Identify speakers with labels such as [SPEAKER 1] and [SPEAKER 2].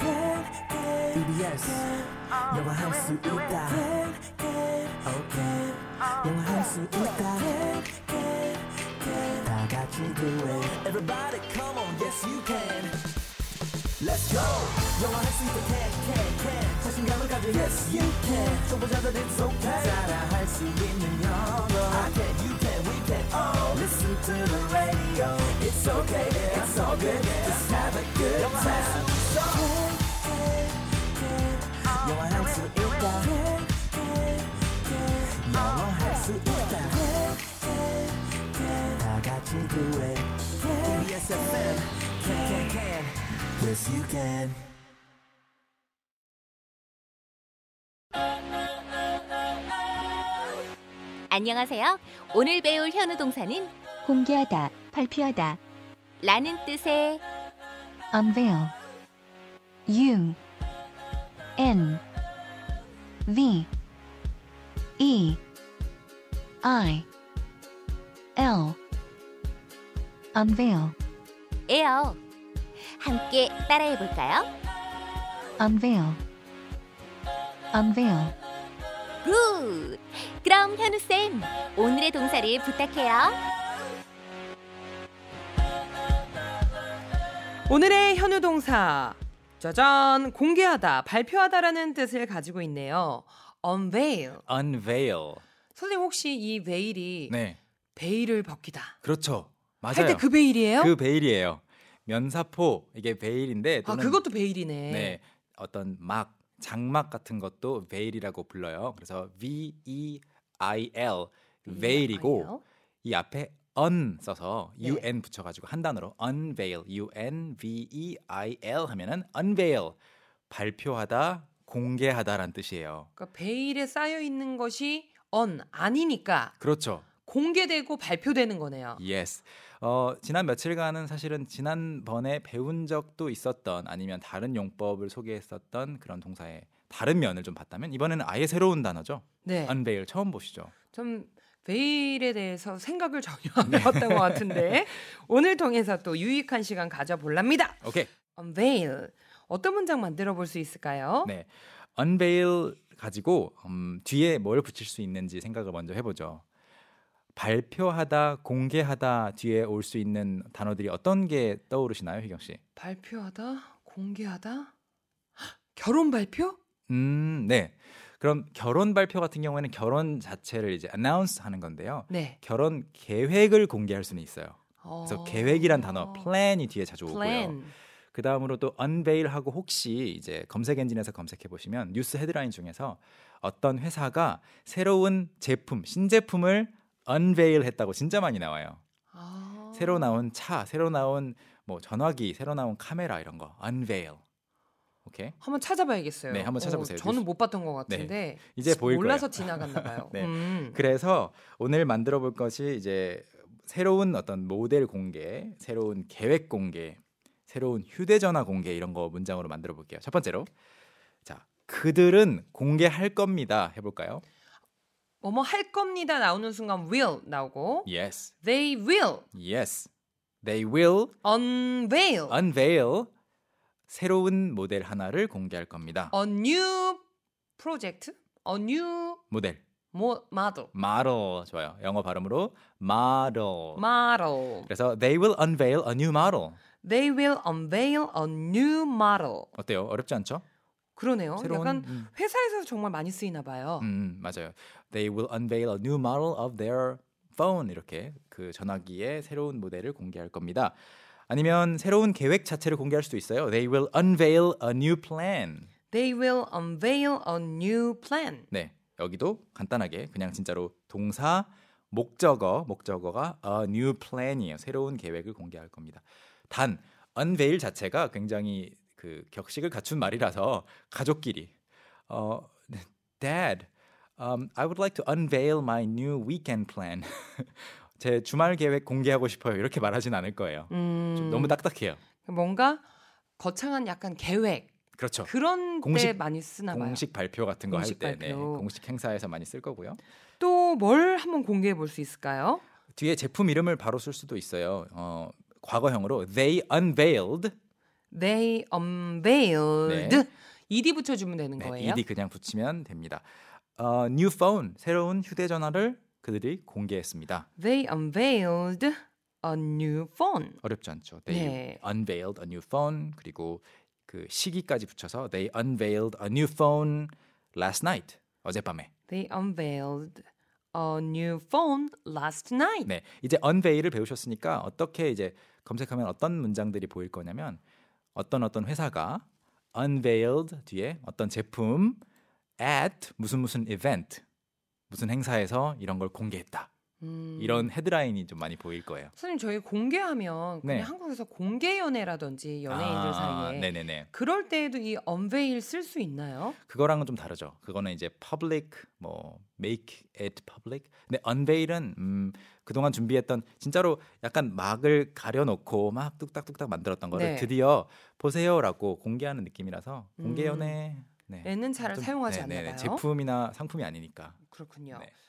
[SPEAKER 1] E yes 영화할 수 있다 E okay 영화할 수 있다 다 같이 do it everybody come on yes you can Let's go 영화할 수 있다 can E can can 자신감을 가져 yes you can 초보자들 it's okay 따라할 수 있는 영어 I can you can we can all listen to the radio it's okay yeah, it's all good just have a good time 영화할 수 있다 영화할 수 있다 다 같이 do it KBS FM can can can yes you can
[SPEAKER 2] 안녕하세요. 오늘 배울 현우 동사는
[SPEAKER 3] 공개하다, 발표하다,
[SPEAKER 2] 라는 뜻의
[SPEAKER 3] unveil. U N V E I L unveil,
[SPEAKER 2] 에요. 함께 따라해 볼까요?
[SPEAKER 3] unveil, unveil.
[SPEAKER 2] 굿! 그럼 현우쌤, 오늘의 동사를 부탁해요.
[SPEAKER 4] 오늘의 현우 동사 짜잔 공개하다 발표하다라는 뜻을 가지고 있네요. unveil
[SPEAKER 5] unveil.
[SPEAKER 4] 선생님 혹시 이 veil이
[SPEAKER 5] 네.
[SPEAKER 4] 베일을 벗기다
[SPEAKER 5] 그렇죠. 맞아요.
[SPEAKER 4] 할 때 그 베일이에요?
[SPEAKER 5] 그 베일이에요. 면사포 이게 베일인데
[SPEAKER 4] 아
[SPEAKER 5] 또는
[SPEAKER 4] 그것도 베일이네.
[SPEAKER 5] 네. 어떤 막 장막 같은 것도 베일이라고 불러요. 그래서 V E I L
[SPEAKER 4] 음, 아니에요?
[SPEAKER 5] veil이고 이 앞에 un 써서
[SPEAKER 4] 네.
[SPEAKER 5] un 붙여 가지고 한 단어로 unveil u n v e i l 하면은 unveil 발표하다 공개하다라는 뜻이에요.
[SPEAKER 4] 그러니까 베일에 쌓여 있는 것이 on 아니니까
[SPEAKER 5] 그렇죠.
[SPEAKER 4] 공개되고 발표되는 거네요.
[SPEAKER 5] Yes. 어, 지난 며칠간은 사실은 지난번에 배운 적도 있었던 아니면 다른 용법을 소개했었던 그런 동사의 다른 면을 좀 봤다면 이번에는 아예 새로운 단어죠.
[SPEAKER 4] 네.
[SPEAKER 5] unveil 처음 보시죠.
[SPEAKER 4] 좀 베일에 대해서 생각을 전혀 안
[SPEAKER 5] 네.
[SPEAKER 4] 해봤던 것 같은데 오늘 통해서 또 유익한 시간 가져볼랍니다.
[SPEAKER 5] 오케이.
[SPEAKER 4] unveil 어떤 문장 만들어 볼 수 있을까요?
[SPEAKER 5] 네. unveil 가지고 음, 뒤에 뭘 붙일 수 있는지 생각을 먼저 해보죠. 발표하다, 공개하다 뒤에 올 수 있는 단어들이 어떤 게 떠오르시나요, 희경 씨?
[SPEAKER 4] 발표하다, 공개하다, 헉, 결혼 발표?
[SPEAKER 5] 음, 네. 그럼 결혼 발표 같은 경우에는 결혼 자체를 이제 announce 하는 건데요.
[SPEAKER 4] 네.
[SPEAKER 5] 결혼 계획을 공개할 수는 있어요. 그래서
[SPEAKER 4] 어,
[SPEAKER 5] 계획이란 단어 plan이 뒤에 자주 오고요.
[SPEAKER 4] plan.
[SPEAKER 5] 그 다음으로 또 unveil하고 혹시 이제 검색 엔진에서 검색해 보시면 뉴스 헤드라인 중에서 어떤 회사가 새로운 제품, 신제품을 unveil했다고 진짜 많이 나와요.
[SPEAKER 4] 아.
[SPEAKER 5] 새로 나온 차, 새로 나온 뭐 전화기, 새로 나온 카메라 이런 거 unveil. 오케이.
[SPEAKER 4] 한번 찾아봐야겠어요.
[SPEAKER 5] 네, 한번
[SPEAKER 4] 어,
[SPEAKER 5] 찾아보세요.
[SPEAKER 4] 저는
[SPEAKER 5] 뉴스-
[SPEAKER 4] 못 봤던 것 같은데
[SPEAKER 5] 이제 보일
[SPEAKER 4] 몰라서
[SPEAKER 5] 거예요.
[SPEAKER 4] 지나갔나 봐요.
[SPEAKER 5] 네.
[SPEAKER 4] 음.
[SPEAKER 5] 그래서 오늘 만들어 볼 것이 이제 새로운 어떤 모델 공개, 새로운 계획 공개, 새로운 휴대전화 공개 이런 거 문장으로 만들어 볼게요. 첫 번째로 자 그들은 공개할 겁니다. 해볼까요?
[SPEAKER 4] 뭐뭐 할 겁니다 나오는 순간 will 나오고
[SPEAKER 5] Yes,
[SPEAKER 4] they will
[SPEAKER 5] yes. They will
[SPEAKER 4] unveil
[SPEAKER 5] 아. unveil 새로운 모델 하나를 공개할 겁니다.
[SPEAKER 4] a new project, a new
[SPEAKER 5] 모델
[SPEAKER 4] mo- model,
[SPEAKER 5] model 좋아요. 영어 발음으로 model.
[SPEAKER 4] model.
[SPEAKER 5] 그래서 they will unveil a new model.
[SPEAKER 4] They will unveil a new model.
[SPEAKER 5] 어때요? 어렵지 않죠?
[SPEAKER 4] 그러네요. 어,
[SPEAKER 5] 새로운
[SPEAKER 4] 약간
[SPEAKER 5] 음.
[SPEAKER 4] 회사에서 정말 많이 쓰이나 봐요.
[SPEAKER 5] 음, 맞아요. They will unveil a new model of their phone 이렇게 그 전화기의 새로운 모델을 공개할 겁니다. 아니면 새로운 계획 자체를 공개할 수도 있어요. They will unveil a new plan.
[SPEAKER 4] They will unveil a new plan.
[SPEAKER 5] 네, 여기도 간단하게 그냥 진짜로 동사 목적어 목적어가 a new plan이에요. 새로운 계획을 공개할 겁니다. 단 unveil 자체가 굉장히 그 격식을 갖춘 말이라서 가족끼리 어 Dad, um, I would like to unveil my new weekend plan. 제 주말 계획 공개하고 싶어요. 이렇게 말하진 않을 거예요.
[SPEAKER 4] 음,
[SPEAKER 5] 좀 너무 딱딱해요.
[SPEAKER 4] 뭔가 거창한 약간 계획
[SPEAKER 5] 그렇죠.
[SPEAKER 4] 그런 때
[SPEAKER 5] 공식-
[SPEAKER 4] 많이 쓰나 봐요.
[SPEAKER 5] 공식 발표 같은 거 할
[SPEAKER 4] 공식
[SPEAKER 5] 때, 네,
[SPEAKER 4] 발표.
[SPEAKER 5] 공식 행사에서 많이 쓸 거고요.
[SPEAKER 4] 또 뭘 한번 공개해 볼 수 있을까요?
[SPEAKER 5] 뒤에 제품 이름을 바로 쓸 수도 있어요. 어, 과거형으로 they unveiled
[SPEAKER 4] They unveiled
[SPEAKER 5] 네.
[SPEAKER 4] ed 붙여주면 되는
[SPEAKER 5] 네,
[SPEAKER 4] 거예요.
[SPEAKER 5] ed 그냥 붙이면 됩니다. 어, new phone 새로운 휴대전화를 그들이 공개했습니다.
[SPEAKER 4] They unveiled a new phone.
[SPEAKER 5] 어렵지 않죠. They
[SPEAKER 4] 네.
[SPEAKER 5] unveiled a new phone 그리고 그 시기까지 붙여서 they unveiled a new phone last night 어젯밤에.
[SPEAKER 4] They unveiled a new phone last night.
[SPEAKER 5] 네, 이제 unveil을 배우셨으니까 어떻게 이제 검색하면 어떤 문장들이 보일 거냐면 어떤 어떤 회사가 unveiled 뒤에 어떤 제품 at 무슨 무슨 event 무슨 행사에서 이런 걸 공개했다.
[SPEAKER 4] 음,
[SPEAKER 5] 이런 헤드라인이 좀 많이 보일 거예요.
[SPEAKER 4] 선생님 저희 공개하면 그냥
[SPEAKER 5] 네.
[SPEAKER 4] 한국에서 공개 연애라든지 연예인들
[SPEAKER 5] 아,
[SPEAKER 4] 사이에
[SPEAKER 5] 네네네.
[SPEAKER 4] 그럴 때에도 이 unveil 쓸 수 있나요?
[SPEAKER 5] 그거랑은 좀 다르죠. 그거는 이제 public 뭐 make it public. 근데 unveil은 음, 그동안 준비했던 진짜로 약간 막을 가려놓고 막 뚝딱뚝딱 만들었던 거를
[SPEAKER 4] 네.
[SPEAKER 5] 드디어 보세요라고 공개하는 느낌이라서 공개 연애. 네.
[SPEAKER 4] 음. 얘는 잘
[SPEAKER 5] 좀-
[SPEAKER 4] 사용하지
[SPEAKER 5] 네, 네, 네.
[SPEAKER 4] 않나봐요.
[SPEAKER 5] 제품이나 상품이 아니니까.
[SPEAKER 4] 그렇군요.
[SPEAKER 5] 네.